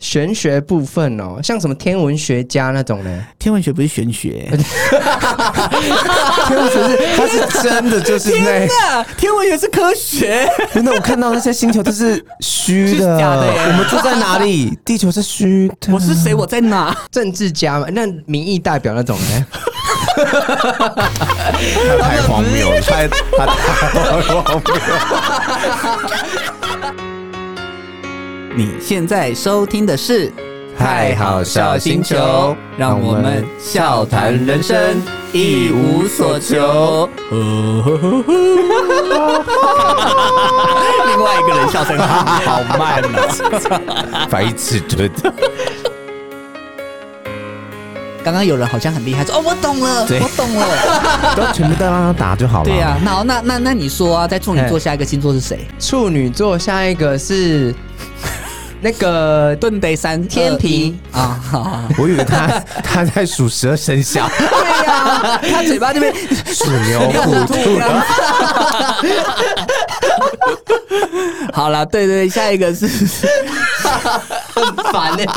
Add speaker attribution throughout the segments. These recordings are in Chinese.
Speaker 1: 玄学部分哦，像什么天文学家那种呢？
Speaker 2: 天文学不是玄 学，
Speaker 3: 天文学是它是真的，就是那
Speaker 2: 哪，天文学是科学。
Speaker 3: 真的我看到那些星球都是虚的，
Speaker 2: 是假的耶
Speaker 3: 我们住在哪里？地球是虚的，
Speaker 2: 我是谁？我在哪？
Speaker 1: 政治家嘛，那民意代表那种呢？
Speaker 4: 他太荒谬了，太他太荒谬了。
Speaker 2: 你现在收听的是《
Speaker 3: 太好笑星球
Speaker 2: 让我们笑谈人生，一无所求。另外一个人笑声 好慢啊！
Speaker 4: 白痴真的，
Speaker 2: 刚刚有人好像很厉害，说：“哦，我懂了，
Speaker 4: 对
Speaker 2: 我懂了。
Speaker 4: 都全部都让他打就好了。
Speaker 2: 对呀、啊，那好那那那你说啊，在处女座下一个星座是谁？
Speaker 1: 处女座下一个 是那个
Speaker 2: 盾得三
Speaker 1: 天平
Speaker 2: 二一啊，好好好
Speaker 4: 我以为他他在数十二生肖，
Speaker 1: 对呀、他嘴巴这 边
Speaker 4: 属牛、虎、兔。
Speaker 2: 好了，对对，对下一个是
Speaker 1: 很烦欸呢、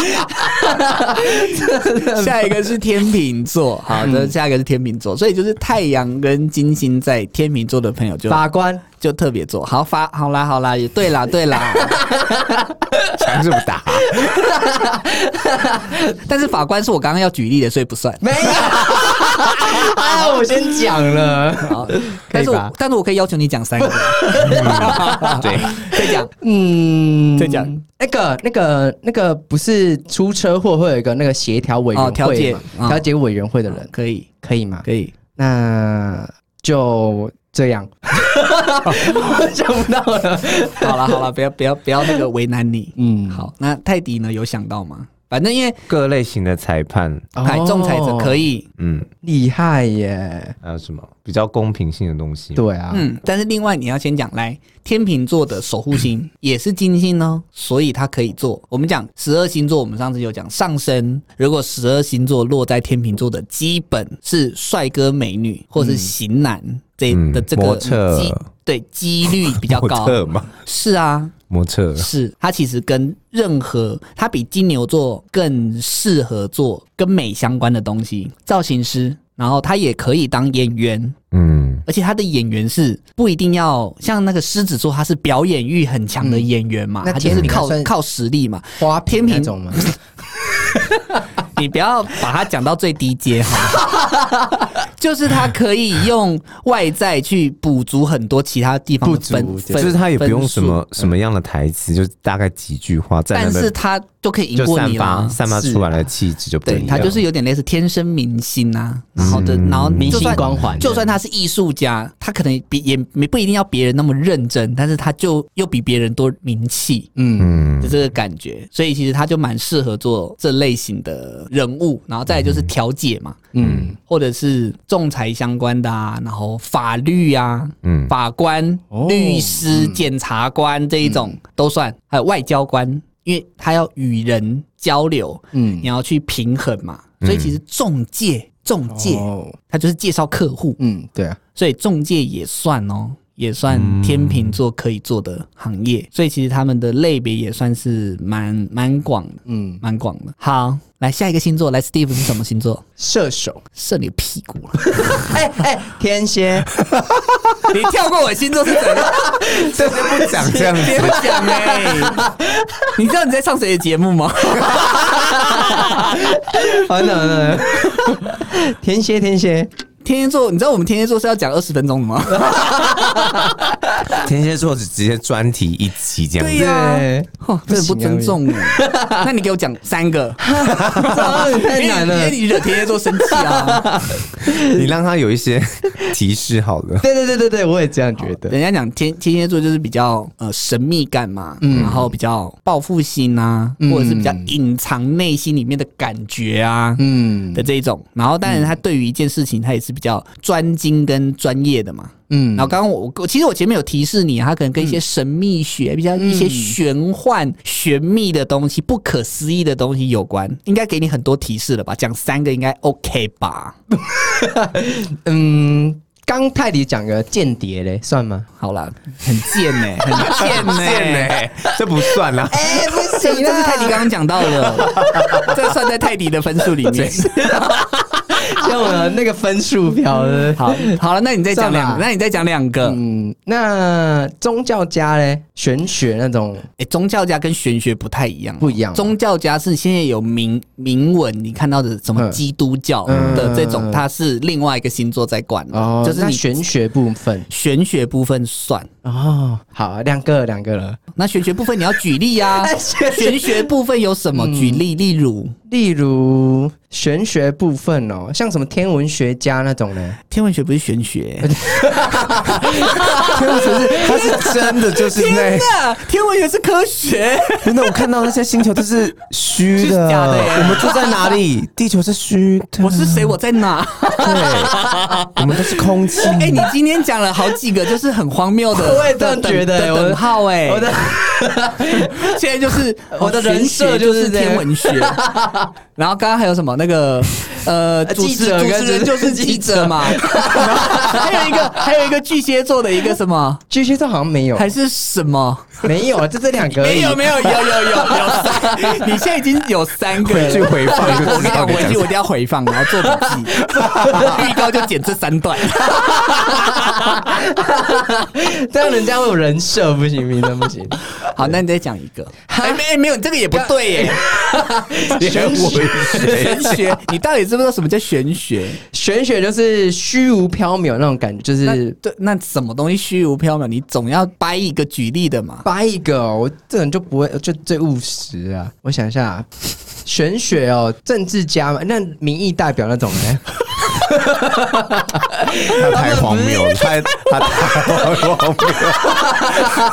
Speaker 2: 下一个是天秤座，好的，下一个是天秤座，所以就是太阳跟金星在天秤座的朋友就
Speaker 1: 法官
Speaker 2: 就特别做好发，好啦好啦，也对啦对啦，
Speaker 4: 强这么打，
Speaker 2: 但是法官是我刚刚要举例的，所以不算。
Speaker 1: 没 有。哎，我先讲了。
Speaker 2: 好，但是
Speaker 1: 可以吧
Speaker 2: 我但是我可以要求你讲三个，
Speaker 4: 对，
Speaker 2: 再讲
Speaker 1: 嗯，
Speaker 2: 再讲
Speaker 1: 那个、那个、那个，不是出车祸会有一个那个协调委员
Speaker 2: 哦调
Speaker 1: 会
Speaker 2: 解
Speaker 1: 嘛
Speaker 2: 嗯
Speaker 1: 调解委员会的人，
Speaker 2: 可以
Speaker 1: 可以吗？
Speaker 2: 可以，
Speaker 1: 那就这样， 我想不到了。
Speaker 2: 好啦好啦，不要不要不要那个为难你。
Speaker 1: 嗯，
Speaker 2: 好，那泰迪呢有想到吗？反正因为
Speaker 4: 各类型的裁判，
Speaker 2: 哎仲裁者可
Speaker 1: 以
Speaker 2: 以，
Speaker 4: 嗯，
Speaker 1: 厉害耶。
Speaker 4: 还有什么比较公平性的东西？，
Speaker 1: 对啊，
Speaker 2: 嗯，但是另外你要先讲，来，天秤座的守护 星也是金星哦，所以它可以做。我们讲十二星座，我们上次有讲上升，如果十二星座落在天秤座的，基本是帅哥美女或是型男、这
Speaker 4: 嗯
Speaker 2: 的这个
Speaker 4: 模特
Speaker 2: 机对几率比较
Speaker 4: 模
Speaker 2: 高。
Speaker 4: 特嘛，
Speaker 2: 是啊，
Speaker 4: 模特
Speaker 2: 是它其实跟任何它比金牛座更适合做跟美相关的东西，造型师，然后他也可以当演员，
Speaker 4: 嗯，
Speaker 2: 而且他的演员是不一定要像那个狮子座，他是表演欲很强的演员
Speaker 4: 嗯
Speaker 2: 嘛，
Speaker 1: 那
Speaker 2: 他就是
Speaker 1: 天秤
Speaker 2: 靠
Speaker 1: 算
Speaker 2: 靠实力嘛。
Speaker 1: 花瓶那
Speaker 2: 天平
Speaker 1: 种嘛，
Speaker 2: 你不要把它讲到最低阶哈， 就是他可以用外在去补足很多其他地方的
Speaker 1: 不足
Speaker 2: 分，
Speaker 1: 对
Speaker 2: 分
Speaker 4: 就是他也不用
Speaker 2: 分数嗯
Speaker 4: 什么什么样的台词，就大概几句话在
Speaker 2: 但
Speaker 4: 那
Speaker 2: 是
Speaker 4: 边
Speaker 2: 他就可以赢
Speaker 4: 就
Speaker 2: 过
Speaker 4: 散
Speaker 2: 你
Speaker 4: 发
Speaker 2: 了。啊
Speaker 4: 散发出来的气质就不
Speaker 2: 对
Speaker 4: 一样。
Speaker 2: 他就是有点类似天生明星啊，然后的，然后
Speaker 4: 明
Speaker 1: 嗯
Speaker 2: 就
Speaker 1: 明星
Speaker 2: 算
Speaker 1: 光环，
Speaker 2: 就算他是艺术家，他可能比也没不一定要别人那么认真，但是他就又比别人多名气，
Speaker 1: 嗯，
Speaker 4: 嗯
Speaker 2: 就，这个感觉，所以其实他就蛮适合做这类型的人物，然后再来就是调解嘛，
Speaker 1: 嗯
Speaker 2: 或者是仲裁相关的啊，然后法律啊，
Speaker 4: 嗯
Speaker 2: 法官、
Speaker 1: 哦嗯
Speaker 2: 律师、检察官这一种都算，还有外交官，因为他要与人交流，
Speaker 1: 嗯
Speaker 2: 你，要去平衡嘛，所以其实中介、中介
Speaker 1: 哦，
Speaker 2: 他就是介绍客户，
Speaker 1: 嗯，对啊，
Speaker 2: 所以中介也算哦，也算天秤座可以做的行业，所以其实他们的类别也算是蛮蛮广的，
Speaker 1: 嗯，
Speaker 2: 蛮广的。好，来下一个星座，来 Steve 是什么星座？
Speaker 1: 射手，
Speaker 2: 射你的屁股了！
Speaker 1: 哎哎，天蝎，
Speaker 2: 你跳过我星座是怎 样？
Speaker 4: 这不讲这样
Speaker 2: 别
Speaker 4: 子，
Speaker 2: 讲哎、 你知道你在上谁的节目吗？
Speaker 1: 完了完了，哦 天蝎天蝎，
Speaker 2: 天蝎座，你知道我们天蝎座是要讲二十分钟的吗？
Speaker 4: 天蝎座只直接专题一集这样
Speaker 2: 对
Speaker 4: 子，
Speaker 2: 呀、
Speaker 1: 对，啊
Speaker 2: 哦，真的不尊重我。 那你给我讲三 个，
Speaker 1: 太难
Speaker 2: 因
Speaker 1: 了
Speaker 2: 为。你因为你惹天蝎座生气啊。
Speaker 4: 你让他有一 些提示好了。
Speaker 1: 对对对对对，我也这样觉得。
Speaker 2: 人家讲天天蝎座就是比较呃神秘感嘛，然后比较报复心啊，
Speaker 1: 嗯
Speaker 2: 或者是比较隐藏内心里面的感觉啊。
Speaker 1: 嗯
Speaker 2: 的这一种，然后当然他对于一件事情，他也是比较专精跟专业的嘛。
Speaker 1: 嗯
Speaker 2: 然后刚刚我我其实我前面有提示你，他可能跟一些神秘学、比较一些玄幻、玄秘的东西、不可思议的东西有关，应该给你很多提示了吧？讲三个应该 OK 吧？
Speaker 1: 嗯，刚泰迪讲个间谍嘞，算吗？
Speaker 2: 好啦，很贱欸呢、很贱呢、哎
Speaker 4: 贱欸这不算啦。
Speaker 1: 哎
Speaker 2: 这这是泰迪刚刚讲 到的，这算在泰迪的分数里面。
Speaker 1: 像我那个分数表的。
Speaker 2: 好，好了，那你再讲
Speaker 1: 算
Speaker 2: 两，
Speaker 1: 吧
Speaker 2: 那你再讲两个。
Speaker 1: 嗯，那宗教家嘞，玄学那种
Speaker 2: 哎、宗教家跟玄学不太一样哦，
Speaker 1: 不一样
Speaker 2: 宗教家是现在有明明文，你看到的什么
Speaker 1: 嗯
Speaker 2: 基督教
Speaker 1: 嗯
Speaker 2: 的这种，它是另外一个星座在管的，
Speaker 1: 哦，
Speaker 2: 就是
Speaker 1: 那
Speaker 2: 你
Speaker 1: 玄学部分
Speaker 2: 玄学部分算。
Speaker 1: 哦。好，两个两个了。，
Speaker 2: 那玄学部分你要举例啊
Speaker 1: 玄学嗯
Speaker 2: 玄学部分有什么？举例，例如
Speaker 1: 例如玄学部分哦，像什么天文学家那种呢？
Speaker 2: 天文学不是玄学，
Speaker 3: 天文学是它是真的，就是那
Speaker 2: 啊天文学是科学。
Speaker 3: 真的。我看到那些星球都是虚的，
Speaker 2: 是假的耶
Speaker 3: 我们住在哪里？地球是虚的，
Speaker 1: 啊
Speaker 2: 我是谁？我在哪？
Speaker 3: 我们都是空气。
Speaker 2: 哎、你今天讲了好几个，就是很荒谬 的，
Speaker 1: 我也这样
Speaker 2: 的
Speaker 1: 觉得
Speaker 2: 的
Speaker 1: 我的
Speaker 2: 等号哎、
Speaker 1: 我的
Speaker 2: 现在就是
Speaker 1: 我的人设
Speaker 2: 玄学
Speaker 1: 就
Speaker 2: 就是是
Speaker 1: 这样
Speaker 2: 天 文学，然后刚刚还有什么那个呃，
Speaker 1: 呃
Speaker 2: 主持
Speaker 1: 记者
Speaker 2: 主
Speaker 1: 跟
Speaker 2: 持人就是记者嘛，然后还有一个还有一个巨蟹座的一个什么
Speaker 1: 巨蟹座好像没有，
Speaker 2: 还是什么？
Speaker 1: 没有，就这两个而已。
Speaker 2: 没有没有有有有有 三，你现在已经有三个了。
Speaker 4: 回去回放就知道
Speaker 2: 哎我
Speaker 4: 你
Speaker 2: 跟你讲，回
Speaker 4: 讲
Speaker 2: 去我一定要回放，然后做笔 记，预告就剪这三段。
Speaker 1: 这样人家会有人设，不行，名称不行。
Speaker 2: 好，那你再讲一个。哎，没没有，你这个也不对耶。
Speaker 4: 天 文学
Speaker 2: 玄 学，你到底知不知道什么叫玄学？
Speaker 1: 玄学就是虚无缥缈那种感觉，就
Speaker 2: 那
Speaker 1: 是
Speaker 2: 对，那什么东西虚无缥缈？你总要掰一个举例的嘛。
Speaker 1: 掰一个、哦，我这人就不会，就最务实啊。我想一下、啊，玄学哦，政治家嘛，那民意代表那种呢？
Speaker 4: 他太荒谬了，太他太荒谬了。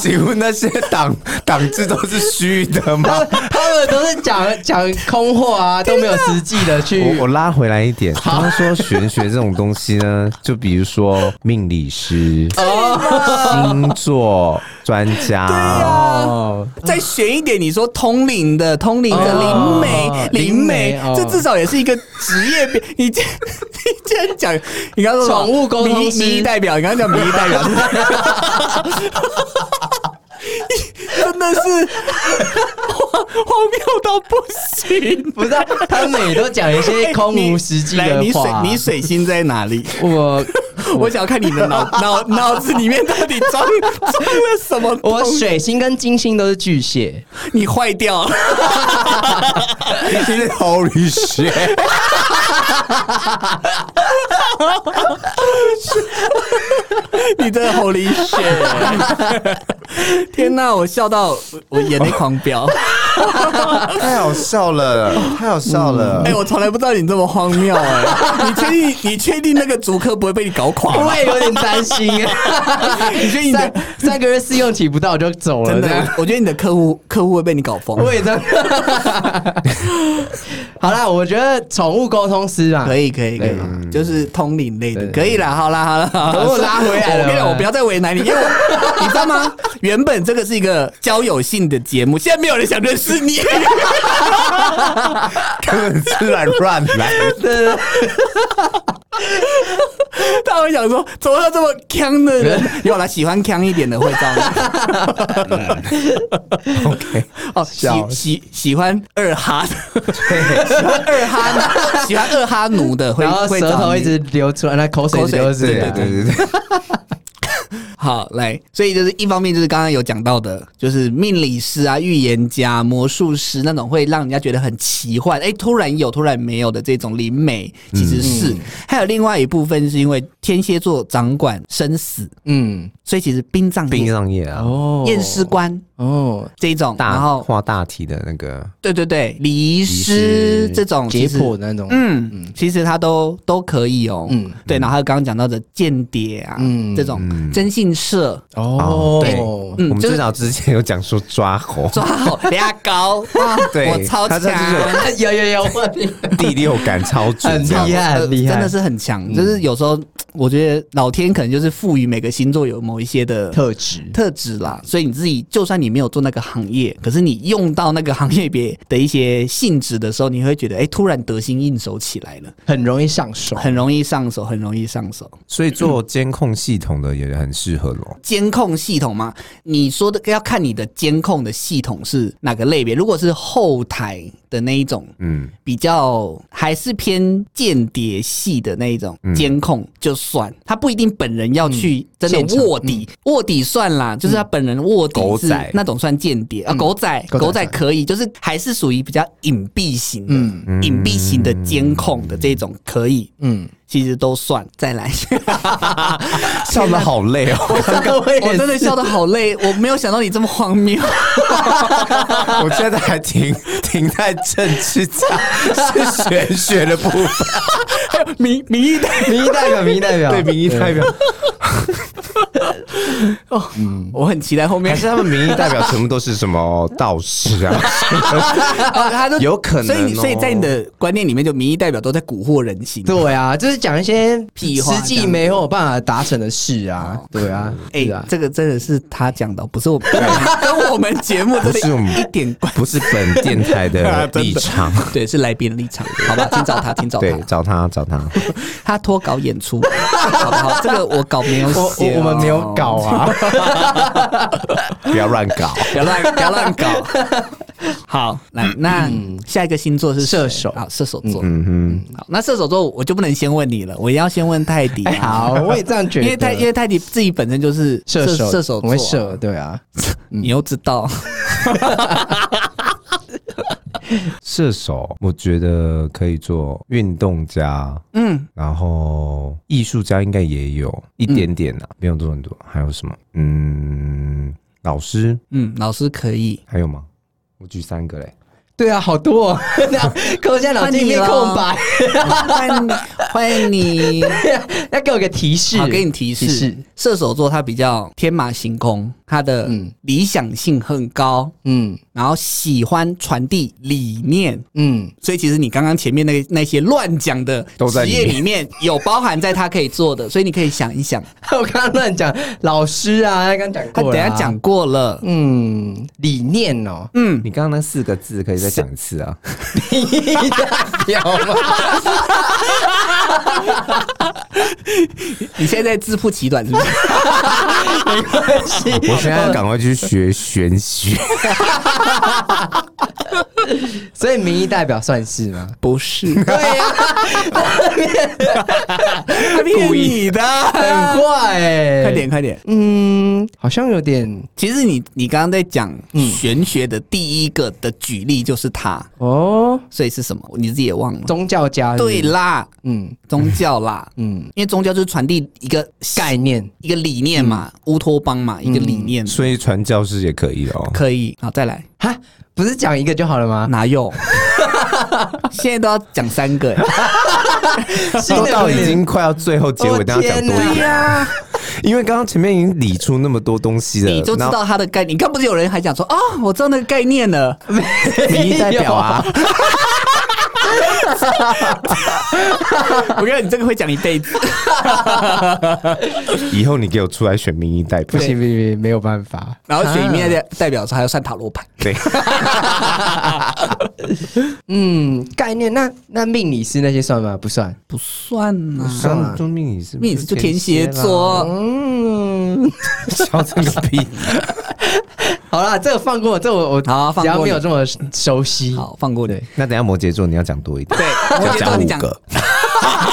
Speaker 4: 请问那些党党制都是虚的吗
Speaker 1: 他？们他们都是讲讲空话啊，都没有实际的去
Speaker 3: 我我拉回来一点，刚刚说玄学这种东西呢，就比如说命理师、星座专家，
Speaker 1: 哦。
Speaker 2: 再选一点，你说通灵的、通灵的灵
Speaker 1: 哦
Speaker 2: 媒、灵
Speaker 1: 灵媒
Speaker 2: 媒
Speaker 1: 哦，
Speaker 2: 这至少也是一个职业别。你这你这样讲，你刚刚说什么
Speaker 1: 宠物沟通
Speaker 2: 民
Speaker 1: 师
Speaker 2: 民意代表，你刚刚讲民 意代表。真的是荒荒谬到不行，
Speaker 1: 不是、啊，他每都讲一些空无实际
Speaker 2: 来
Speaker 1: 的
Speaker 2: 你水
Speaker 1: 话。
Speaker 2: 你水星在哪里？
Speaker 1: 我
Speaker 2: 我想要看你的脑脑脑子里面到底装装了什么东
Speaker 1: 我
Speaker 2: 西。
Speaker 1: 水星跟金星都是巨蟹，
Speaker 2: 你坏掉了，
Speaker 4: 是 Holy shit！
Speaker 2: 你真的 holy shit！天哪，我笑到我我眼泪狂飙。
Speaker 4: 太好笑了，太好笑了
Speaker 2: 哎、。我从来不知道你这么荒谬哎、你确定你确定那个竹科不会被你搞垮吗
Speaker 1: 我？也有点担心啊。
Speaker 2: 你确定你
Speaker 1: 三
Speaker 2: 的
Speaker 1: 三个月试用期不到我就走了，
Speaker 2: 真
Speaker 1: 这样
Speaker 2: 的？我我觉得你的客户客户会被你搞疯。
Speaker 1: 我也真的。好啦，我觉得宠物沟通师啊，
Speaker 2: 可以可以可以，就是通灵类的，可以啦，好啦好啦，好啦
Speaker 1: 等我拉回来了
Speaker 2: 我跟你讲，我不要再为难你，因为我你知道吗？ 原本这个是一个交友性的节目，现在没有人想认识 你，
Speaker 4: 根本是来乱来。
Speaker 2: 他们想说怎么有这么强的人？有啦，喜欢强一点的会这样。
Speaker 4: OK，
Speaker 2: 哦，喜
Speaker 4: 笑
Speaker 2: 喜喜欢二哈的，喜欢二哈，喜欢二哈奴的，会
Speaker 1: 然后
Speaker 2: 会
Speaker 1: 舌
Speaker 2: 找
Speaker 1: 头
Speaker 2: 你
Speaker 1: 一直流出来，那口水一直流
Speaker 2: 口
Speaker 1: 出来，
Speaker 2: 水
Speaker 4: 对对对对对，
Speaker 2: 好，来，所以就是一方面就是刚刚有讲到的，就是命理师啊、预言家、魔术师那种会让人家觉得很奇幻，哎、突然有，突然没有的这种灵媒，其实是、
Speaker 1: 嗯
Speaker 2: 还有另外一部分是因为天蝎座掌管生死，
Speaker 1: 嗯，
Speaker 2: 所以其实殡葬业
Speaker 3: 殡葬业啊，
Speaker 1: 哦
Speaker 2: 验尸官
Speaker 1: 哦，
Speaker 2: 这种，然
Speaker 3: 大
Speaker 2: 后
Speaker 3: 画大题的那个，
Speaker 2: 对对对，礼仪师这种
Speaker 1: 解
Speaker 2: 其实
Speaker 1: 剖的那种，
Speaker 2: 嗯，其实他都都可以哦。
Speaker 1: 嗯
Speaker 2: 嗯，对，然后还有刚刚讲到的间谍啊，
Speaker 1: 嗯
Speaker 2: 这种征信社，
Speaker 1: 哦，
Speaker 3: 对
Speaker 2: 嗯
Speaker 3: 我们
Speaker 2: 就是
Speaker 3: 最早之前有讲说抓猴，
Speaker 2: 抓 好俩高，哇
Speaker 4: 对
Speaker 2: 我超
Speaker 4: 他
Speaker 2: 强
Speaker 4: 这，就是
Speaker 1: 有有有，我
Speaker 4: 第六感超准，
Speaker 1: 很
Speaker 4: 这 样
Speaker 1: 厉害，
Speaker 2: 呃
Speaker 1: 很厉害，
Speaker 2: 真的是很强。就是有时候，我觉得老天可能就是赋予每个星座有某一些的
Speaker 1: 特质。
Speaker 2: 特质啦，所以你自己就算你你没有做那个行业，可是你用到那个行业别的一些性质的时候，你会觉得哎、诶突然得心应手起来了，
Speaker 1: 很容易上手。
Speaker 2: 很容易上手，很容易上手。
Speaker 3: 所以做监控系统的也很适合咯。
Speaker 2: 监控系统吗？你说的要看你的监控的系统是哪个类别。如果是后台的那一种，
Speaker 3: 嗯，
Speaker 2: 比较还是偏间谍系的那一种监控就算，他不一定本人要去真
Speaker 1: 现
Speaker 2: 的
Speaker 1: 场
Speaker 2: 卧底，卧底算啦，就是他本人卧底
Speaker 3: 嗯狗
Speaker 2: 是
Speaker 3: 仔嗯
Speaker 2: 那种算间谍啊，狗仔
Speaker 1: 狗仔
Speaker 2: 狗仔可以，就是还是属于比较隐蔽型
Speaker 3: 嗯
Speaker 2: 的，隐蔽型的监控的这种可以，
Speaker 1: 嗯，
Speaker 2: 其实都算。再来，
Speaker 3: 笑得好累哦。
Speaker 2: 我真的笑得好累，我没有想到你这么 荒谬。
Speaker 3: 我现在还停停在政治家是玄学的部分，
Speaker 2: 民民意代
Speaker 1: 民意代表，民意代 表，
Speaker 3: 对民意代表，
Speaker 2: 我很期待后
Speaker 3: 嗯
Speaker 2: 面
Speaker 3: 还是他们民意代表全部都是什么道士 啊？
Speaker 2: 啊，他都
Speaker 3: 哦有可能
Speaker 2: 所以你
Speaker 3: 哦
Speaker 2: 所以在你的观念里面，就民意代表都在蛊惑人心。
Speaker 1: 对啊，就是讲一些
Speaker 2: 屁话
Speaker 1: 实际没有办法达成的事啊，对啊，
Speaker 2: 哎、
Speaker 1: 是啊，
Speaker 2: 这个真的是他讲的，不是 我们跟我们节目真
Speaker 3: 不是我
Speaker 2: 的
Speaker 3: 们
Speaker 2: 一点关。
Speaker 3: 不是本电台
Speaker 1: 啊
Speaker 3: 的立场。
Speaker 2: 对，是来宾的立场，好吧，请找他，请找
Speaker 3: 对，
Speaker 2: 他，
Speaker 3: 找他找他，
Speaker 2: 他脱稿演出，好不好？这个我稿没有
Speaker 1: 我
Speaker 2: 写、哦
Speaker 1: 我我们没有搞，啊，
Speaker 3: 不要乱搞。
Speaker 2: 不要乱不要乱搞。好，来，
Speaker 1: 嗯
Speaker 2: 那下一个星座是谁
Speaker 1: 射手
Speaker 2: 好，射手座。
Speaker 3: 嗯
Speaker 2: 好，那射手座我就不能先问你了，我要先问泰迪、
Speaker 1: 好，我也这样觉得，
Speaker 2: 因为泰因为泰迪自己本身就是
Speaker 1: 射手
Speaker 2: 射手
Speaker 1: 我
Speaker 2: 座
Speaker 1: 会
Speaker 2: 啊，
Speaker 1: 射，对啊，
Speaker 2: 你又知道，
Speaker 3: 哼，射手，我觉得可以做运动家，
Speaker 2: 嗯，
Speaker 3: 然后艺术家应该也有一点点啊，没有做很多。还有什么？嗯，老师
Speaker 2: 嗯，老师可以。
Speaker 3: 还有吗？我举三个嘞。
Speaker 1: 对啊，好多，哦，可我现在脑筋一片空白，
Speaker 2: 欢迎欢迎你，
Speaker 1: 要给我个提示，
Speaker 2: 好，给你提
Speaker 1: 提示
Speaker 2: 示。射手座他比较天马行空，他的
Speaker 1: 嗯
Speaker 2: 理想性很高，
Speaker 1: 嗯
Speaker 2: 然后喜欢传递理念。
Speaker 1: 嗯，
Speaker 2: 所以其实你刚刚前面那那些乱讲的
Speaker 3: 都在
Speaker 2: 职
Speaker 3: 里
Speaker 2: 业
Speaker 3: 面
Speaker 2: 里面有包含在他可以做 的，所以你可以想一想。
Speaker 1: 我刚刚乱讲，老师啊，刚刚讲
Speaker 2: 他
Speaker 1: 过，
Speaker 2: 等一下讲，过了，
Speaker 1: 嗯，理念哦，
Speaker 2: 嗯，
Speaker 3: 你刚刚那四个字可以再讲一次啊？
Speaker 1: 要吗？
Speaker 2: 你现在在自曝其短是不是？
Speaker 1: 没关系，
Speaker 3: 我现在赶快去学玄学。
Speaker 1: 所以民意代表算是吗？
Speaker 2: 不是，
Speaker 1: 对呀，
Speaker 2: 故意 的，
Speaker 1: 很坏哎，
Speaker 2: 快点快点！
Speaker 1: 嗯，好像有点
Speaker 2: 其实你你刚刚在讲玄学的第一个的举例就是他，
Speaker 1: 哦，
Speaker 2: 所以是什么？你自己也忘了。
Speaker 1: 宗教家是不
Speaker 2: 对
Speaker 1: 是，
Speaker 2: 啦，
Speaker 1: 嗯
Speaker 2: 宗教啦，
Speaker 1: 嗯，
Speaker 2: 因为宗教就是传递一个
Speaker 1: 概念
Speaker 2: 一个理念嘛，乌托邦嘛，一个理念。
Speaker 3: 所以传教士也可以哦。
Speaker 2: 可以，好，再来，
Speaker 1: 哈，不是讲一个就好了吗？
Speaker 2: 哪有？现在都要讲三个欸，
Speaker 1: 新
Speaker 3: 都
Speaker 1: 的
Speaker 3: 到
Speaker 1: 有
Speaker 3: 已
Speaker 1: 点
Speaker 3: 经快要最后结
Speaker 1: 我
Speaker 3: 尾，但要讲
Speaker 1: 天
Speaker 3: 多
Speaker 1: 哪
Speaker 3: 一点，
Speaker 2: 呀，
Speaker 3: 因为刚刚前面已经理出那么多东西了，
Speaker 2: 你就知
Speaker 3: 然后
Speaker 2: 道它的概念。你看，不是有人还讲说啊，我知道那个概念了，
Speaker 3: 民意代表啊，
Speaker 2: 我跟你讲你这个会讲一辈子。
Speaker 3: 以后你给我出来选民意代
Speaker 1: 不
Speaker 3: 表，
Speaker 1: 行不行，不行没有办法。
Speaker 2: 然后选一面代代表说还要算塔罗牌，
Speaker 3: 对，
Speaker 1: 嗯，概念那那命理师那些算吗？不算。
Speaker 2: 不算 啊。
Speaker 1: 算啊
Speaker 3: 中命理是
Speaker 2: 命理师就天蝎，座，
Speaker 1: 嗯，
Speaker 3: 笑这个屁，
Speaker 1: 好啦，这个放过，这我我
Speaker 2: 好啊放过
Speaker 1: 只要没有
Speaker 2: 你
Speaker 1: 这么熟悉，
Speaker 2: 好，放过你。
Speaker 3: 那等一下摩羯座你要讲多一点，
Speaker 2: 对，摩羯座你
Speaker 3: 讲五个，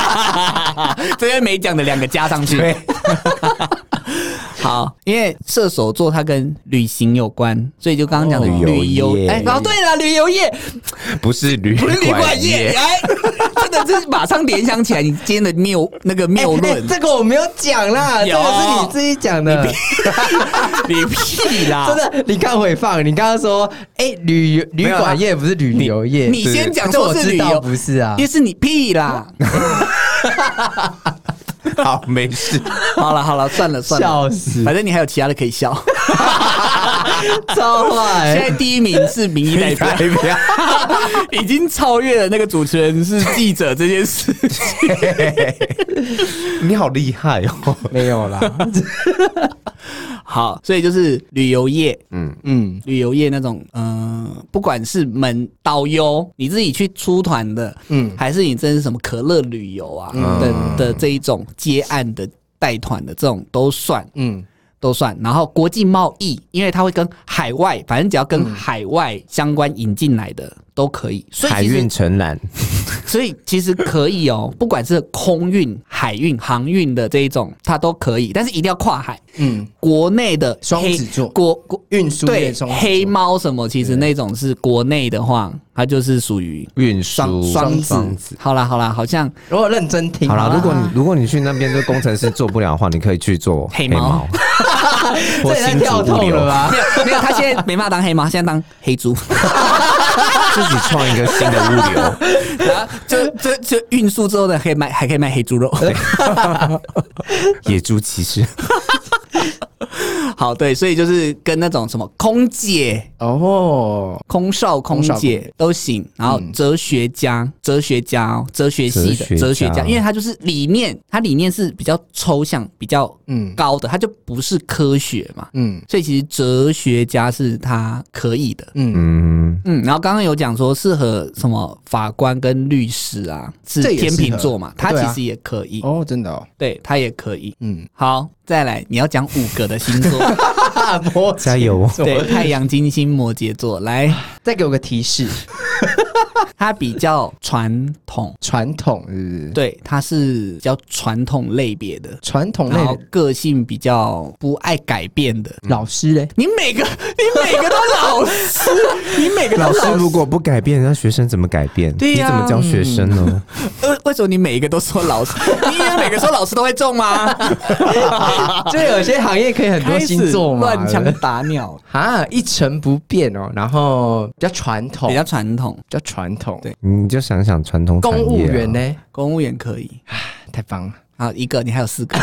Speaker 2: 这边没讲的两个加上去。
Speaker 3: 对，
Speaker 2: 好，因为射手座它跟旅行有关，所以就刚刚讲的
Speaker 3: 哦
Speaker 2: 旅游
Speaker 3: 旅游业
Speaker 2: 哎，哦对了，旅游业
Speaker 3: 不是旅
Speaker 2: 不是旅
Speaker 3: 馆
Speaker 2: 馆业，，哎，真的是马上联想起来你今天的谬那个
Speaker 1: 哎
Speaker 2: 谬
Speaker 1: 哎
Speaker 2: 论，
Speaker 1: 这个我没有讲啦，这
Speaker 2: 有啊
Speaker 1: 个是你自己讲的。
Speaker 2: 你屁 啦！
Speaker 1: 真，的，你看回放，你刚刚说，哎、旅游旅
Speaker 3: 有啊
Speaker 1: 馆业不是旅游业，
Speaker 2: 你先讲
Speaker 1: 这
Speaker 2: 说
Speaker 1: 我
Speaker 2: 是
Speaker 1: 知
Speaker 2: 旅
Speaker 1: 道
Speaker 2: 游，
Speaker 1: 不是啊
Speaker 2: 因为？是你屁啦。
Speaker 3: 好没事，
Speaker 2: 好了好了，算了算了，
Speaker 1: 笑死，
Speaker 2: 反正你还有其他的可以笑。
Speaker 1: 超
Speaker 2: 现
Speaker 1: 坏
Speaker 2: 在，第一名是民意代表，
Speaker 3: 代表
Speaker 2: 已经超越了那个主持人是记者这件事。
Speaker 3: 你好厉害哦，
Speaker 1: 没有啦，
Speaker 2: 好，所以就是旅游业，
Speaker 3: 嗯，
Speaker 1: 嗯，
Speaker 2: 旅游业那种，嗯、不管是门导游，你自己去出团的，嗯
Speaker 1: 嗯，
Speaker 2: 还是你真是什么可乐旅游啊、的的这一种接案的带团的这种都算，
Speaker 1: 嗯，
Speaker 2: 都算。然后国际贸易，因为它会跟海外，反正只要跟海外相关引进来的都可以。所以
Speaker 3: 海
Speaker 2: 其实
Speaker 3: 运承揽，
Speaker 2: 所以其实可以哦，不管是空运、海运、航运的这一种，它都可以，但是一定要跨海。
Speaker 1: 嗯，
Speaker 2: 国内的
Speaker 1: 双
Speaker 2: 黑
Speaker 1: 子座
Speaker 2: 国国
Speaker 1: 运输业
Speaker 2: 对
Speaker 1: 中
Speaker 2: 黑猫什么，其实那种是国内的话，它就是属于
Speaker 3: 运
Speaker 2: 双
Speaker 3: 输
Speaker 2: 双子。。好啦好啦，好像
Speaker 1: 如果认真听，
Speaker 3: 好啦，如果你如果你去那边就工程师做不了的话，你可以去做
Speaker 2: 黑猫
Speaker 3: 猫，或
Speaker 1: 这也太
Speaker 3: 新
Speaker 1: 跳
Speaker 3: 竹物
Speaker 1: 痛了
Speaker 3: 流，
Speaker 1: 吧？
Speaker 2: 没有没有，他现在没办法当黑猫，他现在当黑猪，
Speaker 3: 自己创一个新的物流。
Speaker 2: 然后就就就运输之后呢，可以卖还可以卖黑猪肉。
Speaker 3: 野猪骑士，
Speaker 2: 好对，所以就是跟那种什么空姐、
Speaker 1: 哦，
Speaker 2: 空少、空
Speaker 1: 空少空
Speaker 2: 姐都行，然后哲学家、哲学家、哦、哲学系
Speaker 3: 哲
Speaker 2: 的
Speaker 3: 学
Speaker 2: 哲学家，
Speaker 3: 家
Speaker 2: 因为他就是理念，他理念是比较抽象、比较
Speaker 1: 嗯
Speaker 2: 高的，他就不是科学嘛，
Speaker 1: 嗯
Speaker 2: 所以其实哲学家是他可以的。
Speaker 1: 嗯，
Speaker 3: 嗯，
Speaker 2: 嗯，然后刚刚有讲说适合什么法官跟律师啊，是
Speaker 1: 这也
Speaker 2: 天
Speaker 1: 适
Speaker 2: 秤
Speaker 1: 合
Speaker 2: 座嘛，他
Speaker 1: 对啊
Speaker 2: 其实也可以，
Speaker 1: 哦，真的哦，
Speaker 2: 对他也可以。
Speaker 1: 嗯，
Speaker 2: 好，再来，你要讲五个的 星座，
Speaker 1: 大波，
Speaker 3: 加油！
Speaker 2: 对，太阳、金星、摩羯座， 来，
Speaker 1: 再给我个提示，
Speaker 2: 他比较传统，
Speaker 1: 传统是不是？
Speaker 2: 对，他是比较传统类别的，
Speaker 1: 传统类
Speaker 2: 然后
Speaker 1: 的
Speaker 2: 个性比较不爱改变的。
Speaker 1: 老师 嘞？
Speaker 2: 你每个，你每个都老 师，你每个都
Speaker 3: 老
Speaker 2: 老
Speaker 3: 师如果不改变，那学生怎么改变？
Speaker 2: 对
Speaker 3: 你
Speaker 2: 呀
Speaker 3: 怎么教学生呢？
Speaker 2: 呃，为什么你每一个都说老师？你以为每个说老师都会中吗？
Speaker 1: 就有些行业可以很多
Speaker 2: 开始
Speaker 1: 星座嘛，
Speaker 2: 乱枪
Speaker 1: 对不对
Speaker 2: 打鸟，
Speaker 1: 啊，一成不变哦，然后比较传统，
Speaker 2: 比
Speaker 1: 比
Speaker 2: 较传统。
Speaker 1: 较传统，
Speaker 2: 对
Speaker 3: 你就想想传统产业
Speaker 1: 公
Speaker 3: 啊
Speaker 1: 务员呢？
Speaker 2: 公务员可以
Speaker 1: 太棒了，
Speaker 2: 啊，一个你还有四个，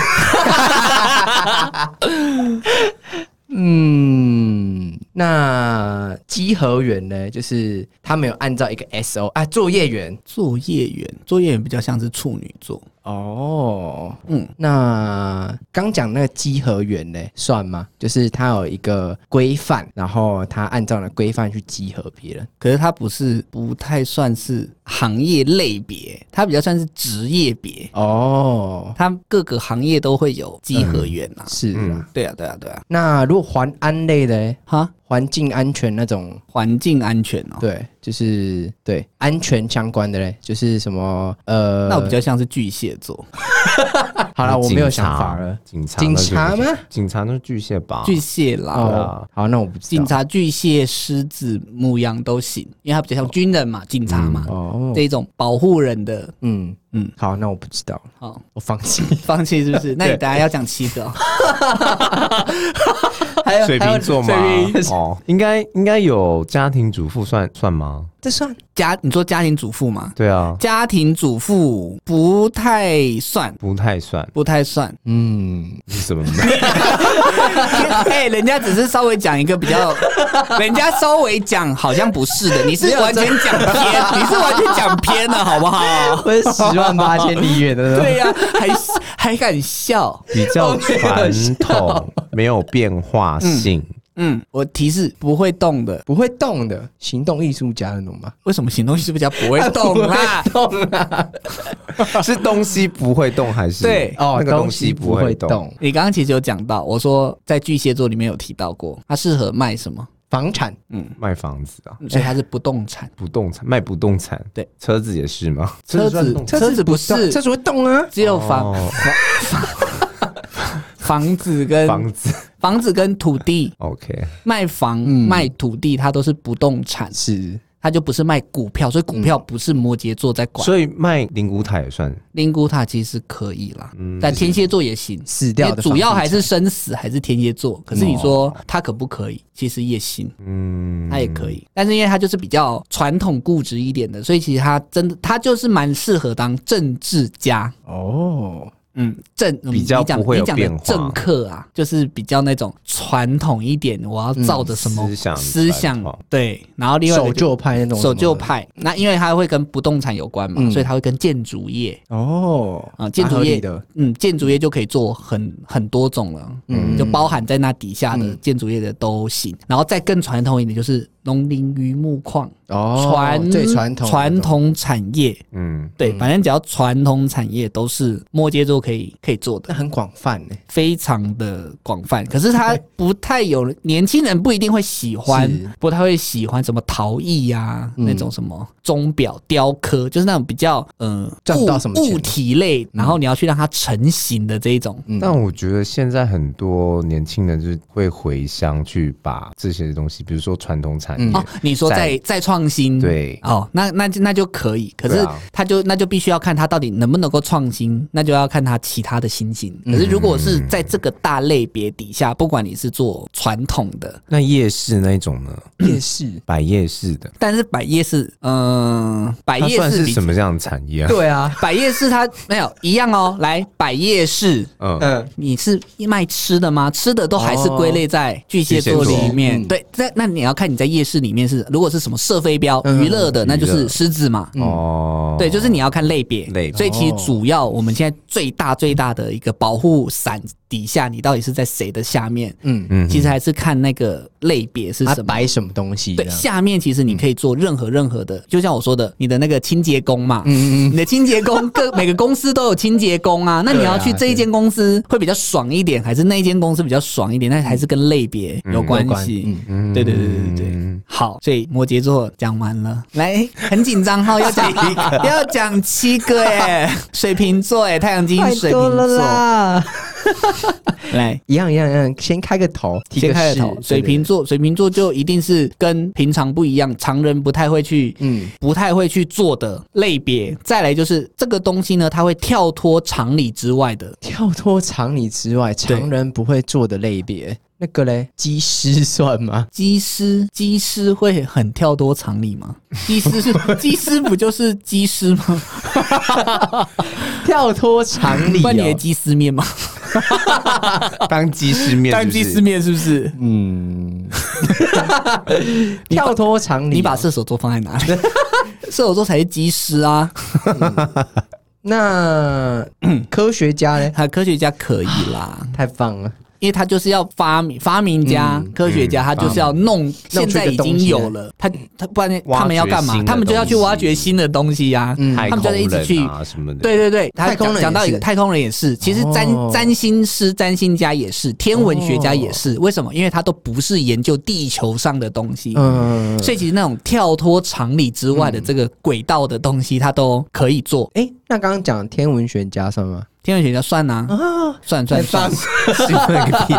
Speaker 1: 嗯，那稽核员呢？就是他们有按照一个 SO 啊，作业员
Speaker 2: 作业员，作业员比较像是处女座，
Speaker 1: 哦，
Speaker 2: 嗯
Speaker 1: 嗯，那刚讲那个稽核员呢，算吗？就是他有一个规范，然后他按照那规范去稽核别人。
Speaker 2: 可是他不是不太算是行业类别，他比较算是职业别，
Speaker 1: 哦，
Speaker 2: 他各个行业都会有稽核员啊。
Speaker 1: 是啊。
Speaker 3: 嗯
Speaker 2: 对啊，对啊，对啊，
Speaker 1: 那如果环安类的呢，
Speaker 2: 哈，
Speaker 1: 环境安全那种
Speaker 2: 环境安全哦。
Speaker 1: 对，就是对安全相关的嘞，就是什么呃，
Speaker 2: 那我比较像是巨蟹座，
Speaker 1: 好了，我没有想法了。
Speaker 3: 警察，
Speaker 1: 警察
Speaker 3: 那就
Speaker 1: 吗？
Speaker 3: 警察那是巨蟹吧？
Speaker 2: 巨蟹啦，
Speaker 1: 哦，好，那我不知道。
Speaker 2: 警察、巨蟹、狮子、牧羊都行，因为他比较像军人嘛，警察嘛，
Speaker 1: 哦，
Speaker 2: 这一种保护人的。
Speaker 1: 嗯
Speaker 2: 嗯
Speaker 1: 嗯，好，那我不知道了，
Speaker 2: 好，
Speaker 1: 我放弃。
Speaker 2: 放弃是不是？那你等下要讲七个哦、
Speaker 1: 还有
Speaker 3: 水
Speaker 1: 还有
Speaker 3: 瓶座嘛
Speaker 1: 水瓶，
Speaker 3: 哦，应该应该有家庭主妇算算吗？
Speaker 1: 这算
Speaker 2: 家，你说家庭主妇吗？
Speaker 3: 对啊，
Speaker 2: 家庭主妇不太算，
Speaker 3: 不太算，
Speaker 2: 不太算。
Speaker 1: 嗯，
Speaker 3: 你怎么办？
Speaker 2: 哎、人家只是稍微讲一个比较，人家稍微讲好像不是的，你是完全讲偏，你是完全讲偏了，好 不好？
Speaker 1: 我是十万八千里远的。
Speaker 2: 对呀、还还敢笑？
Speaker 3: 比较
Speaker 1: 没
Speaker 3: 传
Speaker 1: 有笑
Speaker 3: 统，没有变化性。
Speaker 2: 嗯，我提示不会动的，
Speaker 1: 不会动的行动艺术家那种吗？
Speaker 2: 为什么行动艺术家不会动啦？
Speaker 3: 是东西不会动还是？
Speaker 2: 对
Speaker 1: 哦
Speaker 3: 那，个
Speaker 1: 东
Speaker 3: 西
Speaker 1: 西
Speaker 3: 不
Speaker 1: 不
Speaker 3: 会
Speaker 1: 会
Speaker 3: 动
Speaker 1: 动。，
Speaker 2: 你刚刚其实有讲到，我说在巨蟹座里面有提到过，它适合卖什么？
Speaker 1: 房产
Speaker 3: 卖房子啊，
Speaker 2: 嗯所以它是不动产。
Speaker 3: 不动产卖不动产，
Speaker 2: 对，
Speaker 3: 车子也是吗？
Speaker 2: 车
Speaker 3: 算
Speaker 2: 子
Speaker 3: 动产
Speaker 2: 车子不
Speaker 1: 动车
Speaker 2: 是，
Speaker 1: 子会动啊，
Speaker 2: 只有房
Speaker 3: 哦
Speaker 2: 房子跟
Speaker 3: 房子
Speaker 2: 房子跟土地
Speaker 3: ，OK，
Speaker 2: 卖房卖土地，它都是不动产，
Speaker 1: 是
Speaker 2: 它就不是卖股票，所以股票不是摩羯座在管。
Speaker 3: 所以卖灵骨塔也算。
Speaker 2: 灵骨塔其实可以啦，但天蝎座也行。
Speaker 1: 死掉
Speaker 2: 也
Speaker 1: 的房地产，
Speaker 2: 主要还是生死还是天蝎座，可是你说它可不可以？其实也行，
Speaker 3: 嗯，
Speaker 2: 它也可以，但是因为它就是比较传统固执一点的，所以其实它真的它就是蛮适合当政治家。
Speaker 1: 哦，
Speaker 2: 嗯，政
Speaker 3: 比较
Speaker 2: 你讲
Speaker 3: 不会有
Speaker 2: 你讲的
Speaker 3: 变化
Speaker 2: 政客啊，就是比较那种传统一点，我要照着什么
Speaker 3: 嗯思想
Speaker 2: 思
Speaker 3: 传
Speaker 2: 想
Speaker 3: 统
Speaker 2: 对，然后另外一
Speaker 1: 守
Speaker 2: 个就
Speaker 1: 旧派那种什么的
Speaker 2: 守旧派，那因为它会跟不动产有关嘛，
Speaker 1: 嗯
Speaker 2: 所以它会跟建筑业
Speaker 1: 哦
Speaker 2: 啊，建
Speaker 1: 蛮
Speaker 2: 筑
Speaker 1: 合理
Speaker 2: 业
Speaker 1: 的，
Speaker 2: 嗯，建筑业就可以做很很多种了，嗯，就包含在那底下
Speaker 1: 嗯
Speaker 2: 的建筑业的都行，然后再更传统一点就是农林渔牧矿，
Speaker 1: 哦，
Speaker 2: 传
Speaker 1: 最传统的那
Speaker 2: 传
Speaker 1: 种
Speaker 2: 统产业，
Speaker 3: 嗯，
Speaker 2: 对，反正只要传统产业都是摩羯座可以可以做的
Speaker 1: 那，很广泛呢，
Speaker 2: 非常的广泛。可是它不太有年轻人不一定会喜欢
Speaker 1: 是，嗯
Speaker 2: 不太会喜欢什么陶艺呀、那种什么钟表雕刻，就是那种比较嗯、
Speaker 1: 赚不
Speaker 2: 物
Speaker 1: 到什么钱
Speaker 2: 物体类，然后你要去让它成型的这一种。
Speaker 3: 嗯
Speaker 1: 嗯
Speaker 3: 但我觉得现在很多年轻人就是会回乡去把这些东西，比如说传统产业，
Speaker 2: 哦，你说再再创新，
Speaker 3: 对
Speaker 2: 哦，那那就那就可以，可
Speaker 3: 对
Speaker 2: 是
Speaker 3: 啊
Speaker 2: 他就、那就必须要看他到底能不能够创新，那就要看他其他的新星。可是如果是
Speaker 3: 嗯
Speaker 2: 在这个大类别底下，不管你是做传统的，
Speaker 3: 那夜市那种呢，
Speaker 1: 夜市
Speaker 3: 摆夜市的，
Speaker 2: 但是百叶是，嗯、百
Speaker 3: 它
Speaker 2: 叶
Speaker 3: 算
Speaker 2: 是
Speaker 3: 是
Speaker 2: 比
Speaker 3: 什么样的产业啊？
Speaker 1: 对啊，
Speaker 2: 百叶是它没有一样哦，来百叶是。
Speaker 3: 嗯，
Speaker 1: 嗯，
Speaker 2: 你是卖吃的吗？吃的都还是归类在巨蟹座
Speaker 3: 哦巨蟹
Speaker 2: 里
Speaker 3: 座
Speaker 2: 面。
Speaker 1: 嗯
Speaker 2: 对，那那你要看你在夜市里面是，如果是什么射飞镖、娱乐的，那
Speaker 3: 嗯
Speaker 2: 就
Speaker 3: 娱
Speaker 2: 是
Speaker 3: 乐
Speaker 2: 狮子嘛。
Speaker 3: 哦，
Speaker 2: 对，就是你要看类别，
Speaker 3: 类别
Speaker 2: 所以其实主要我们现在最大最大的一个保护伞底下，你到底是在谁的下面？
Speaker 1: 嗯
Speaker 2: 嗯，其实还是看那个类别是
Speaker 1: 他
Speaker 2: 什么。
Speaker 1: 摆什么东西这
Speaker 2: 对，
Speaker 1: 样？
Speaker 2: 下面其实你可以做任何任何的，就像我说的，你的那个清洁工嘛，你的清洁工各每个公司都有清洁工 啊，那你要去这一间公司会比较爽一点，还是那一间公司比较爽一点？那还是跟类别有关系。
Speaker 1: 有关
Speaker 2: 嗯，对对对对对对。好，所以摩羯座讲完了，来，很紧张哈，要讲要讲七个哎，水瓶座哎，太阳金水瓶座，
Speaker 1: 啦，
Speaker 2: 来，
Speaker 1: 一样一样一样，先开个头，提
Speaker 2: 先
Speaker 1: 个
Speaker 2: 开个
Speaker 1: 事
Speaker 2: 头，
Speaker 1: 对
Speaker 2: 水
Speaker 1: 对
Speaker 2: 瓶座，水瓶座就一定是跟平常不一样，常人不太会去，嗯
Speaker 1: 嗯，
Speaker 2: 不太会去做的类别。再来就是这个东西呢，它会跳脱常理之外的。
Speaker 1: 跳脱常理之外，常人不会做的类别，那个嘞，机师算吗？
Speaker 2: 机师，机师会很跳脱常理吗？机师是机师，不就是机师吗？
Speaker 1: 跳脱常理、
Speaker 2: 不然你的
Speaker 1: 哦，
Speaker 2: 鸡丝面吗？
Speaker 3: 当鸡丝面，
Speaker 2: 当鸡丝，面是不是？
Speaker 1: 嗯，跳脱常理哦、
Speaker 2: 你把射手座放在哪里？ 射手座才是机师啊，
Speaker 1: 那科学家嘞，
Speaker 2: 他科学家可以啦。
Speaker 1: 太棒了，
Speaker 2: 因为他就是要发明发明家、科学家，他就是要弄，现在已经有了，他他不然他们要干
Speaker 3: 挖掘
Speaker 2: 嘛？
Speaker 3: 新的
Speaker 2: 他们就要去挖掘新的东西呀、
Speaker 3: 嗯
Speaker 1: 嗯
Speaker 3: 太
Speaker 2: 他们
Speaker 3: 空
Speaker 2: 就
Speaker 3: 人
Speaker 2: 是一直去。
Speaker 3: 啊什么的，
Speaker 2: 对对对，他
Speaker 1: 太空
Speaker 2: 讲
Speaker 1: 人也
Speaker 2: 讲到一个
Speaker 1: 是
Speaker 2: 太空人也是，其实占
Speaker 1: 哦
Speaker 2: 占星师、占星家也是，天文学家也是。为什么？因为他都不是研究地球上的东西，
Speaker 1: 嗯，
Speaker 2: 所以其实那种跳脱常理之外的这个轨道的东西，他都可以做。
Speaker 1: 哎、那刚刚讲天文学家算吗？
Speaker 2: 天文学家算呐、
Speaker 1: 啊，
Speaker 2: 算算 算，
Speaker 3: 兴奋个屁！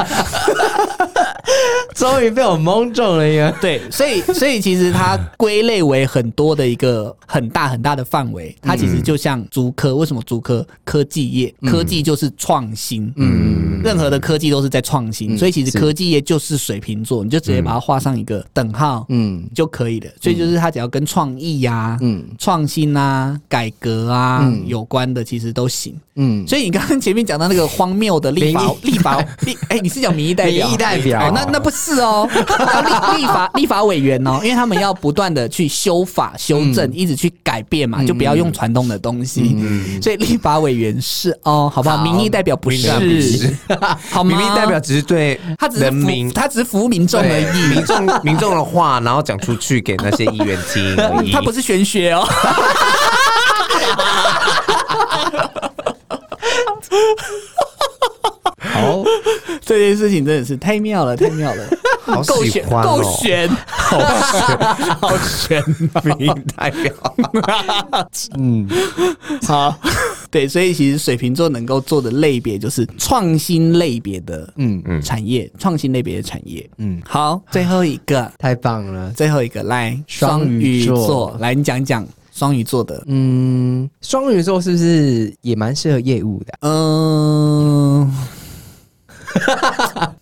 Speaker 1: 终于被我蒙中了耶！
Speaker 2: 对，所以所以其实它归类为很多的一个很大很大的范围，它其实就像足科，为什么足科科技业，
Speaker 1: 嗯
Speaker 2: 科技就是创新，嗯，任何的科技都是在创
Speaker 1: 嗯
Speaker 2: 新，所以其实科技业就是水瓶座，你就直接把它画上一个等号，
Speaker 1: 嗯
Speaker 2: 就可以了。所以就是它只要跟创意呀、
Speaker 1: 嗯
Speaker 2: 创新啊、改革啊、
Speaker 1: 嗯
Speaker 2: 有关的，其实都行。
Speaker 1: 嗯，
Speaker 2: 所以你刚刚前面讲到那个荒谬的立法
Speaker 1: 民
Speaker 2: 立法立，哎、你是讲民意代表？
Speaker 1: 民意代表
Speaker 2: 哦，那那不是哦，要立立法立法委员 哦，因为他们要不断的去修法修正，一直去改变嘛，就不要用传统的东西。 所以立法委员是哦，好不嗯好？
Speaker 1: 好
Speaker 2: 民意代表不
Speaker 3: 民意代表不
Speaker 2: 是
Speaker 3: 是，
Speaker 2: 好
Speaker 3: 明
Speaker 2: 吗？
Speaker 3: 明代表只是对
Speaker 2: 啊他只是
Speaker 3: 人
Speaker 2: 服
Speaker 3: 民，
Speaker 2: 他只是服务民众而
Speaker 3: 对
Speaker 2: 已，
Speaker 3: 民众民众的话，然后讲出去给那些议员听而已。
Speaker 2: 他不是玄学哦。
Speaker 1: 好，
Speaker 2: 这件事情真的是太妙了，太妙 了，
Speaker 3: 好
Speaker 2: 够
Speaker 3: 喜
Speaker 2: 悬，
Speaker 3: 欢哦
Speaker 2: 够悬， 好悬，好悬。
Speaker 3: 民意代表，
Speaker 2: 好，对，所以其实水瓶座能够做的类别就是创新类别的
Speaker 1: 嗯
Speaker 2: 嗯产业，创新类别的产业。嗯
Speaker 1: 嗯，
Speaker 2: 好，最后一个，
Speaker 1: 太棒了。
Speaker 2: 最后一个，来
Speaker 1: 双鱼座
Speaker 2: 座，来你讲讲双鱼座的。
Speaker 1: 嗯，
Speaker 2: 呃
Speaker 1: 双鱼座是不是也蛮适合业务的啊、
Speaker 2: 嗯，
Speaker 1: 啊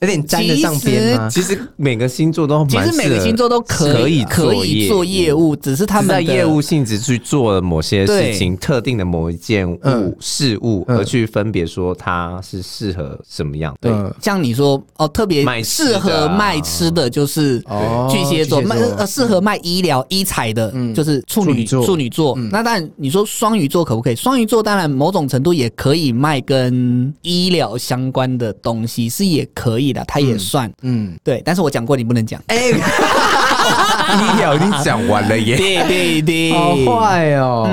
Speaker 1: 有点沾得上边吗？
Speaker 3: 其实每个星座都
Speaker 2: 其
Speaker 3: 蛮
Speaker 2: 实每个
Speaker 3: 适合
Speaker 2: 星座都可
Speaker 3: 可
Speaker 2: 以啊
Speaker 3: 以
Speaker 2: 可以做业务，只是他
Speaker 3: 他
Speaker 2: 们
Speaker 3: 们在
Speaker 2: 的
Speaker 3: 业务性质去做了某些
Speaker 2: 对
Speaker 3: 事情，特定的某一件物、
Speaker 1: 嗯
Speaker 3: 事物，
Speaker 1: 嗯
Speaker 3: 而去分别说它是适合什么样。对，
Speaker 1: 嗯，
Speaker 2: 像你说哦，特别
Speaker 3: 卖吃的
Speaker 2: 适
Speaker 3: 啊
Speaker 2: 合卖吃的就是
Speaker 1: 哦
Speaker 2: 巨蟹座，
Speaker 1: 巨蟹座
Speaker 2: 卖呃适合卖医疗医材的，就是处
Speaker 1: 处女
Speaker 2: 女
Speaker 1: 座
Speaker 2: 处女座。那当然，你说双鱼座可不可以？双鱼座当然某种程度也可以卖跟医疗相关的东西，是也可以的，它也算。
Speaker 1: 嗯，
Speaker 2: 对，但是我讲过你不能讲。哎，
Speaker 4: 医疗已经讲完了耶。
Speaker 2: 对对对，
Speaker 1: 好坏哦。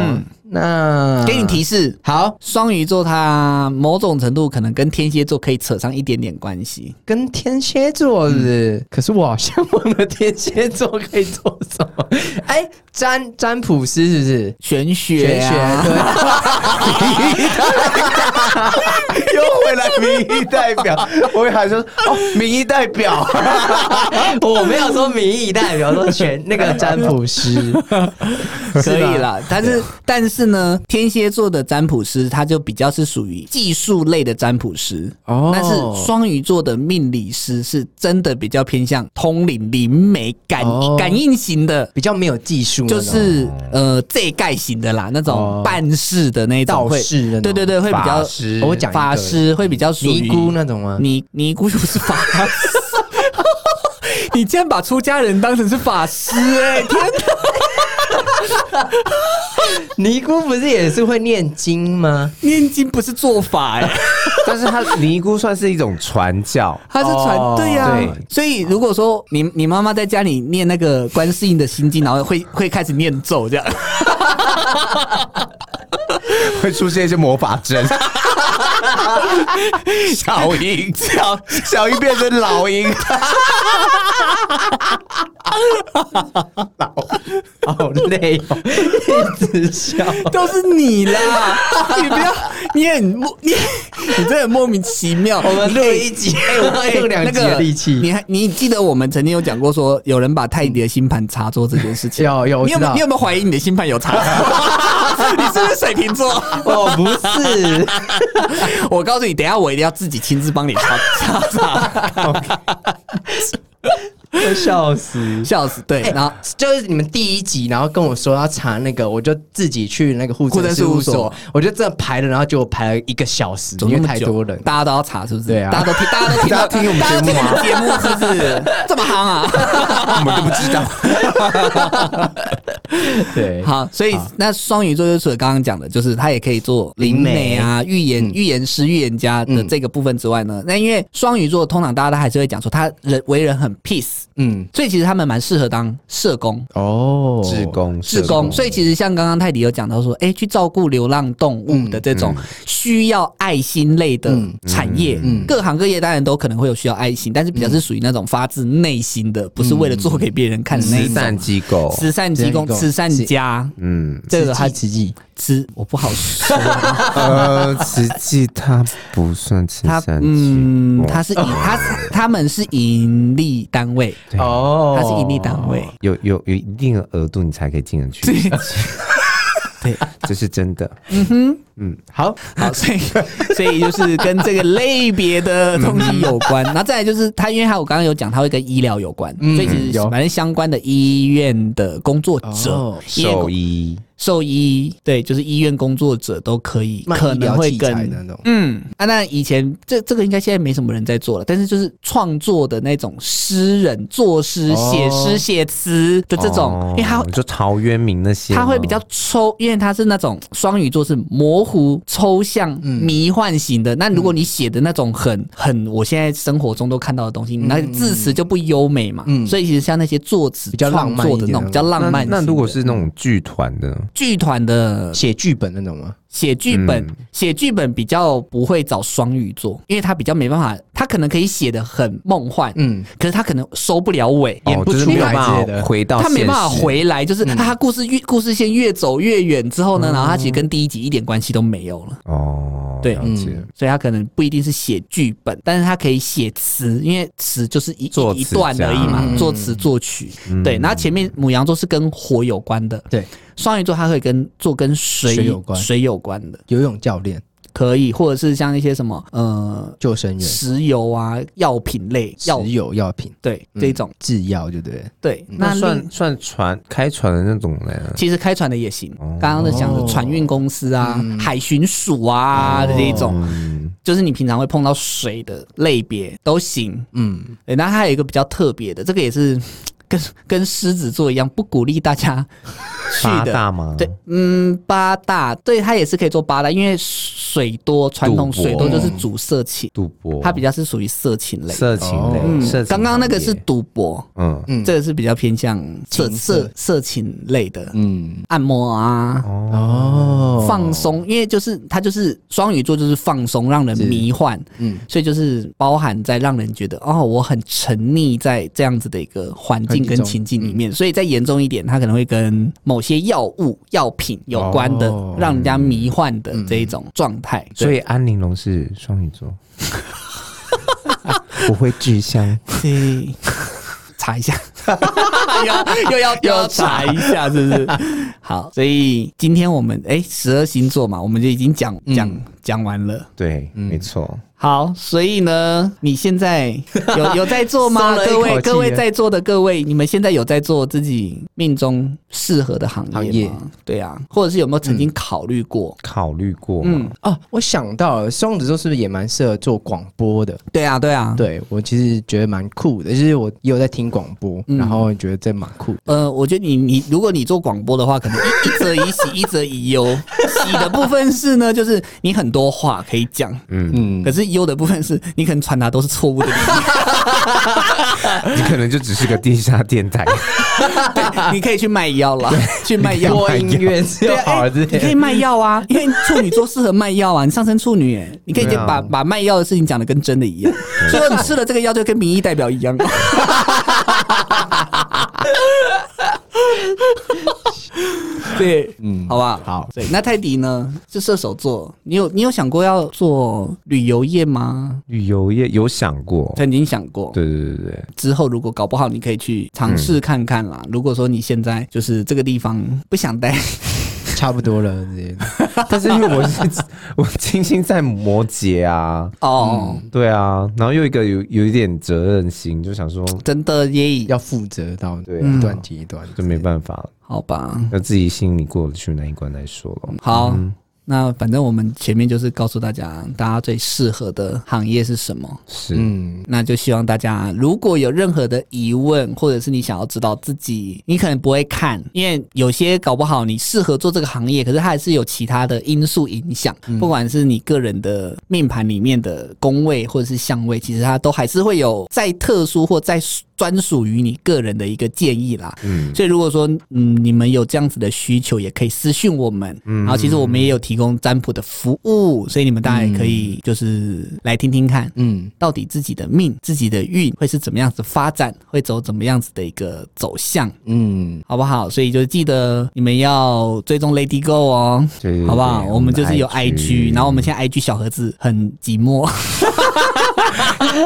Speaker 1: 那
Speaker 2: 嗯给你提示，好，双鱼座它某种程度可能跟天蝎座可以扯上一点点关系。
Speaker 1: 跟天蝎座是不是可是我好像忘了天蝎座可以做什么。哎，占占卜师是不是？
Speaker 2: 玄学、
Speaker 1: 玄学
Speaker 2: 啊，
Speaker 1: 对，
Speaker 3: 又回来民意代表，我还说哦，民意代 表，
Speaker 1: 我没有说民意代表，说全那个占卜 师。
Speaker 2: 可以啦，但是但是呢，天蝎座的占卜师他就比较是属于技术类的占卜师，
Speaker 1: 哦
Speaker 2: 但是双鱼座的命理师是真的比较偏向通灵、灵媒、感应、
Speaker 1: 哦
Speaker 2: 感应型的。
Speaker 1: 比较没有技术那
Speaker 2: 就
Speaker 1: 种，
Speaker 2: 是呃，这盖型的啦，那种
Speaker 1: 哦
Speaker 2: 办事的那种
Speaker 1: 道
Speaker 2: 会，
Speaker 1: 士的那种
Speaker 2: 对对对，会比较
Speaker 3: 法师
Speaker 1: 我讲一个
Speaker 2: 法师会比较属于
Speaker 1: 尼姑那种吗？
Speaker 2: 尼尼姑又不是法师， 你竟然把出家人当成是法 师哎、天
Speaker 1: 尼姑不是也是会念经 吗？
Speaker 2: 念经不是做法哎、
Speaker 3: 但是他尼姑算是一种传教，
Speaker 2: 他是传、
Speaker 1: 哦
Speaker 2: 对呀、
Speaker 3: 对
Speaker 2: 所以如果说你你妈妈在家里念那个观世音的心经，然后会会开始念 咒这样，
Speaker 4: 会出现一些魔法 阵。小英，小小英变成老 鹰，
Speaker 1: 好累哦，一直笑。
Speaker 2: 都是你啦， 你不要，你很莫你 你真的很莫名其妙，
Speaker 1: 我们录一集，我录两集的力
Speaker 2: 哎那个
Speaker 1: 气。
Speaker 2: 你还你记得我们曾经有讲过说有人把泰迪的星盘插座这件事情？
Speaker 1: 有有，我
Speaker 2: 你有
Speaker 1: 知
Speaker 2: 没有
Speaker 1: 道
Speaker 2: 你有。没有怀疑你的星盘有插座？你是不是水瓶座？
Speaker 1: 哦，不 是，
Speaker 2: 我告诉你，等一下我一定要自己亲自帮你插插插，
Speaker 1: 我笑死。
Speaker 2: 笑死！对，然后
Speaker 1: 就是你们第一集，然后跟我说要查那个，我就自己去那个护
Speaker 2: 护政
Speaker 1: 政
Speaker 2: 事
Speaker 1: 事
Speaker 2: 务
Speaker 1: 务
Speaker 2: 所
Speaker 1: 所，我就这排了，然后结果排了一个小时，
Speaker 2: 走
Speaker 1: 因
Speaker 2: 那
Speaker 1: 为
Speaker 2: 么
Speaker 1: 太
Speaker 2: 久
Speaker 1: 多 人。
Speaker 2: 大家都要查是不是？
Speaker 1: 对啊
Speaker 2: 大家都听，大家都听到，
Speaker 4: 大家听我们节目啊
Speaker 2: 大家听我们节目是不是这么夯啊？
Speaker 4: 我们都不知道。
Speaker 1: 对，
Speaker 2: 好，所以那双鱼座就除了刚刚讲的，就是他也可以做灵媒嗯啊、预言、预言师、预言家的这个部分之外呢，那因为双鱼座通常大家都还是会讲说他人为人很 peace，
Speaker 1: 嗯，
Speaker 2: 所以其实他们蛮适合当社工。
Speaker 1: 哦，
Speaker 3: 志工，
Speaker 2: 志
Speaker 3: 社
Speaker 2: 工，所以其实像刚刚泰迪有讲到说，哎、去照顾流浪动物的这种需要爱心类的产业，各行各业当然都可能会有需要爱心，但是比较是属于那种发自内心的，不是为了做给别人看的那一
Speaker 3: 慈善
Speaker 2: 种。
Speaker 3: 机构，
Speaker 2: 慈嗯善机
Speaker 1: 慈善机
Speaker 2: 构、
Speaker 1: 构
Speaker 2: 慈善家，
Speaker 3: 嗯，
Speaker 2: 这个还
Speaker 1: 奇迹，
Speaker 2: 慈，我不好 说，
Speaker 3: 呃，实际它不算慈
Speaker 2: 他
Speaker 3: 善机
Speaker 2: 嗯，
Speaker 3: 构，
Speaker 2: 他是盈，他是他们是盈利单位，
Speaker 3: 对
Speaker 1: 哦
Speaker 2: 他是盈利单位，
Speaker 3: 有有有一定的额度，你才可以进得去。 对，这是真的。
Speaker 1: 好，
Speaker 2: 好，所 以所以就是跟这个类别的东西有 关。然后再来就是它，因为它我刚刚有讲，它会跟医疗有关，
Speaker 1: 嗯
Speaker 2: 所以其实
Speaker 1: 有
Speaker 2: 反正相关的医院的工作者
Speaker 1: 哦、
Speaker 2: 医院
Speaker 3: 兽
Speaker 2: 工
Speaker 3: 医
Speaker 2: 兽医，对，就是医院工作者都可以，
Speaker 1: 卖
Speaker 2: 可
Speaker 1: 医
Speaker 2: 能
Speaker 1: 疗
Speaker 2: 会
Speaker 1: 器材
Speaker 2: 跟
Speaker 1: 的那种
Speaker 2: 嗯啊，那以前这这个应该现在没什么人在做了，但是就是创作的那种诗人作诗、
Speaker 1: 哦
Speaker 2: 写诗、写词的这种，因为他
Speaker 3: 哦你说陶渊明那些吗，
Speaker 2: 他会
Speaker 1: 哦
Speaker 2: 比较抽，因为他是那种双鱼座是模糊、抽象、
Speaker 1: 嗯
Speaker 2: 迷幻型的。那如果你写的那种很很，我现在生活中都看到的东西，你那
Speaker 1: 嗯
Speaker 2: 个字词就不优美嘛。所以其实像那些作词
Speaker 1: 比较浪漫
Speaker 2: 创作的那种
Speaker 1: 一点的
Speaker 2: 比较浪漫型的
Speaker 3: 那。那如果是那种剧团的，
Speaker 2: 剧团的
Speaker 1: 写剧本那种吗？
Speaker 2: 写剧本，写剧本比较不会找双鱼座，因为他比较没办法，他可能可以写的很梦幻，
Speaker 1: 嗯，
Speaker 2: 可是他可能收不了尾，
Speaker 1: 演不
Speaker 3: 哦就是
Speaker 1: 出
Speaker 3: 没有
Speaker 1: 来
Speaker 3: 办
Speaker 1: 之
Speaker 3: 法
Speaker 1: 类的
Speaker 3: 回到
Speaker 2: 他没办法
Speaker 3: 现实
Speaker 2: 回来，就是啊他故事越故事线越走越远之后呢，然后他其实跟第一集一点关系都没有了。
Speaker 3: 哦，
Speaker 2: 对
Speaker 3: 了解。
Speaker 2: 所以他可能不一定是写剧本，但是他可以写词，因为词就是一
Speaker 3: 作
Speaker 2: 一一
Speaker 3: 词
Speaker 2: 段而已嘛，
Speaker 1: 家
Speaker 2: 作词作曲。对，然后前面母羊座是跟火有关的，
Speaker 1: 对，
Speaker 2: 双鱼座它会跟做跟水
Speaker 1: 水有关
Speaker 2: 水有关的，
Speaker 1: 游泳教练，
Speaker 2: 可以，或者是像一些什么呃
Speaker 1: 救生员、
Speaker 2: 石油啊、药品类药
Speaker 1: 石油药品、
Speaker 2: 对
Speaker 1: 嗯
Speaker 2: 这种
Speaker 1: 制药，对不对了？
Speaker 2: 对，那
Speaker 3: 那
Speaker 2: 另
Speaker 3: 算算船开船的那种呢？
Speaker 2: 其实开船的也行
Speaker 3: 哦，
Speaker 2: 刚刚的讲的船运公司啊、海巡署啊
Speaker 3: 哦
Speaker 2: 的这一种，
Speaker 3: 嗯，
Speaker 2: 就是你平常会碰到水的类别都行。
Speaker 1: 嗯，
Speaker 2: 对，那它还有一个比较特别的，这个也是 跟跟狮子座一样，不鼓励大家 去
Speaker 3: 八
Speaker 2: 的。
Speaker 3: 大吗？
Speaker 2: 对，嗯，八大，对，它也是可以做八大，因为水多，传统水多就是主色情，
Speaker 3: 赌博，
Speaker 2: 它比较是属于色情类。
Speaker 3: 色情类，色情
Speaker 2: 嗯刚刚那个是
Speaker 3: 行业
Speaker 2: 赌博，
Speaker 3: 嗯
Speaker 1: 嗯
Speaker 2: 这个是比较偏向色
Speaker 1: 情色
Speaker 2: 色色情类的，
Speaker 1: 嗯
Speaker 2: 按摩啊，
Speaker 1: 哦，
Speaker 2: 放松，因为就是它就是双鱼座，就是放松，让人迷幻，
Speaker 1: 嗯
Speaker 2: 所以就是包含在让人觉得哦，我很沉溺在这样子的一个环境
Speaker 1: 环境
Speaker 2: 跟
Speaker 1: 中嗯
Speaker 2: 情境里面。所以再严重一点，它可能会跟某些药物、药品有关的，
Speaker 1: 哦嗯
Speaker 2: 让人家迷幻的这一种状态。
Speaker 3: 所以安玲珑是双鱼座，我会制香，
Speaker 2: 以查一下。又又要又 要查一下，是不是？好，所以今天我们哎，十、二星座嘛，我们就已经讲讲讲完了。
Speaker 3: 对，没错，
Speaker 2: 好，所以呢，你现在有有在做吗？
Speaker 3: 松了一
Speaker 2: 各
Speaker 3: 口
Speaker 2: 位
Speaker 3: 气
Speaker 2: 各位在座的各位，你们现在有在做自己命中适合的行业吗？
Speaker 1: 行业
Speaker 2: 对啊，或者是有没有曾经考虑过？
Speaker 3: 考虑过吗，
Speaker 2: 嗯，
Speaker 1: 哦， 我想到了，双子座是不是也蛮适合做广播的？
Speaker 2: 对啊，对啊，。
Speaker 1: 对我其实觉得蛮酷的，就是我也有在听广播，然后觉得这蛮酷的。
Speaker 2: 呃，我觉得你你，如果你做广播的话，可能一一则以喜，一则以忧。喜的部分是呢，就是你很多话可以讲，
Speaker 1: 嗯
Speaker 2: 可，是忧的部分是你可能传达都是错误的理念 嗯
Speaker 3: 你可能就只是个地下电 台，
Speaker 2: 对，你可以去卖药啦，去卖药。
Speaker 1: 播音乐是
Speaker 2: 对
Speaker 1: 有
Speaker 2: 啊，
Speaker 1: 好
Speaker 2: 哎
Speaker 1: 的，
Speaker 2: 你可以卖药啊，因为处女座适合卖药啊，你上升处女、哎，你可以
Speaker 3: 对啊
Speaker 2: 把、把卖药的事情讲的跟真的一样，所以说你吃了这个药就跟民意代表一样。对，嗯，好吧，好。对，那泰迪呢？是射手座，你有你有想过要做旅游业吗？
Speaker 3: 旅游业有想过，
Speaker 2: 曾经想过，
Speaker 3: 对对对对，
Speaker 2: 之后如果搞不好，你可以去尝试看看啦。如果说你现在就是这个地方不想待，
Speaker 1: 差不多了，这些
Speaker 3: 但是因为我是 我金星在摩羯啊，
Speaker 2: 哦，
Speaker 3: 对啊，然后又一个有有一点责任心，就想说
Speaker 2: 真的耶，
Speaker 1: 要负责到
Speaker 3: 对
Speaker 1: 一段接一段，
Speaker 3: 就没办法了，
Speaker 2: 好吧，
Speaker 3: 要自己心里过得去那一关再说了。
Speaker 2: 好。那反正我们前面就是告诉大家，大家最适合的行业是什么。
Speaker 3: 是，
Speaker 1: 嗯，
Speaker 2: 那就希望大家如果有任何的疑问，或者是你想要知道自己，你可能不会看，因为有些搞不好你适合做这个行业，可是它还是有其他的因素影响，不管是你个人的命盘里面的宫位或者是相位，其实它都还是会有再特殊或再专属于你个人的一个建议啦。
Speaker 3: 嗯，
Speaker 2: 所以如果说嗯你们有这样子的需求，也可以私讯我们。然后其实我们也有提供占卜的服务，所以你们大家也可以就是来听听看，
Speaker 1: 嗯，
Speaker 2: 到底自己的命、自己的运会是怎么样子发展，会走怎么样子的一个走向。
Speaker 1: 嗯，
Speaker 2: 好不好？所以就记得你们要追踪 Lady Go 哦
Speaker 3: 对对，对
Speaker 2: 好不好？我
Speaker 3: 我
Speaker 2: 们
Speaker 3: 们
Speaker 2: 就是有
Speaker 3: IG
Speaker 2: IG，然后我们现在 IG 小盒子很寂寞，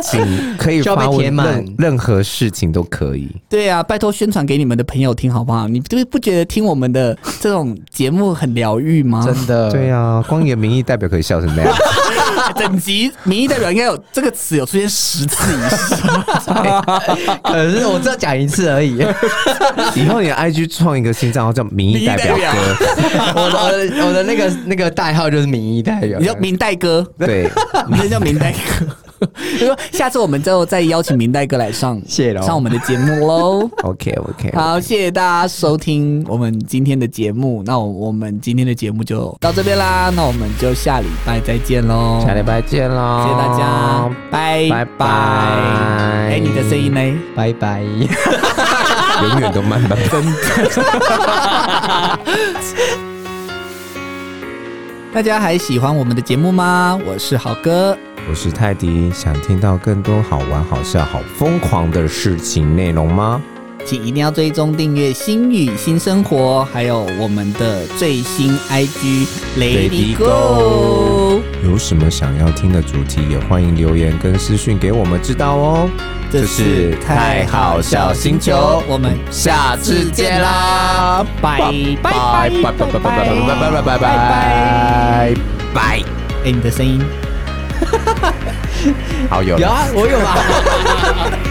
Speaker 3: 请可以
Speaker 1: 需要被
Speaker 3: 发
Speaker 1: 填
Speaker 3: 问
Speaker 1: 满
Speaker 3: 任任何事情都可以，
Speaker 2: 对啊，拜托宣传给你们的朋友听好不好？你不不觉得听我们的这种节目很疗愈吗？
Speaker 1: 真的，
Speaker 3: 对啊，光你的名义代表可以笑成那样。
Speaker 2: 整集民意代表应该有这个词有出现十次 以上。
Speaker 1: 可是我只要讲一次而已，
Speaker 3: 以后你的 IG 创一个新账号叫“民意代表
Speaker 2: 民意代
Speaker 3: 哥
Speaker 1: 我的我的我的那个那个代号就是民意代表
Speaker 2: 你，叫明代哥，”，
Speaker 3: 对，
Speaker 2: 你就叫明代哥。 就说下次我们就再邀请明代哥 来上，
Speaker 1: 谢咯
Speaker 2: 上我们的节目喽。
Speaker 3: OK OK，
Speaker 2: 好，谢谢大家收听我们今天的节目。那我我们今天的节目就到这边啦，那我们就下礼拜再见喽。
Speaker 3: 下礼拜见喽，
Speaker 2: 谢谢大家，拜
Speaker 3: 拜拜
Speaker 2: 哎，你的声音呢？
Speaker 1: 拜 拜。
Speaker 3: 永远都慢慢分。
Speaker 2: 大家还喜欢我们的节目吗？我是豪哥，
Speaker 3: 我是泰迪，想听到更多好玩、好笑、好疯狂的事情内容吗？
Speaker 2: 请一定要追踪订阅《新语新生活》，还有我们的最新 IG Lady
Speaker 3: Lady
Speaker 2: Go。
Speaker 3: 有什么想要听的主题，也欢迎留言跟私讯给我们知道哦。
Speaker 2: 这
Speaker 3: 这
Speaker 2: 是
Speaker 3: 是
Speaker 2: 太
Speaker 3: 太
Speaker 2: 好
Speaker 3: 好
Speaker 2: 笑
Speaker 3: 笑
Speaker 2: 星
Speaker 3: 星
Speaker 2: 球
Speaker 3: 球，
Speaker 2: 我们下次见啦，拜拜拜拜拜拜拜拜拜拜拜。
Speaker 3: 拜。
Speaker 5: 哎，你的声音
Speaker 2: 好有
Speaker 1: 有啊，我有啊。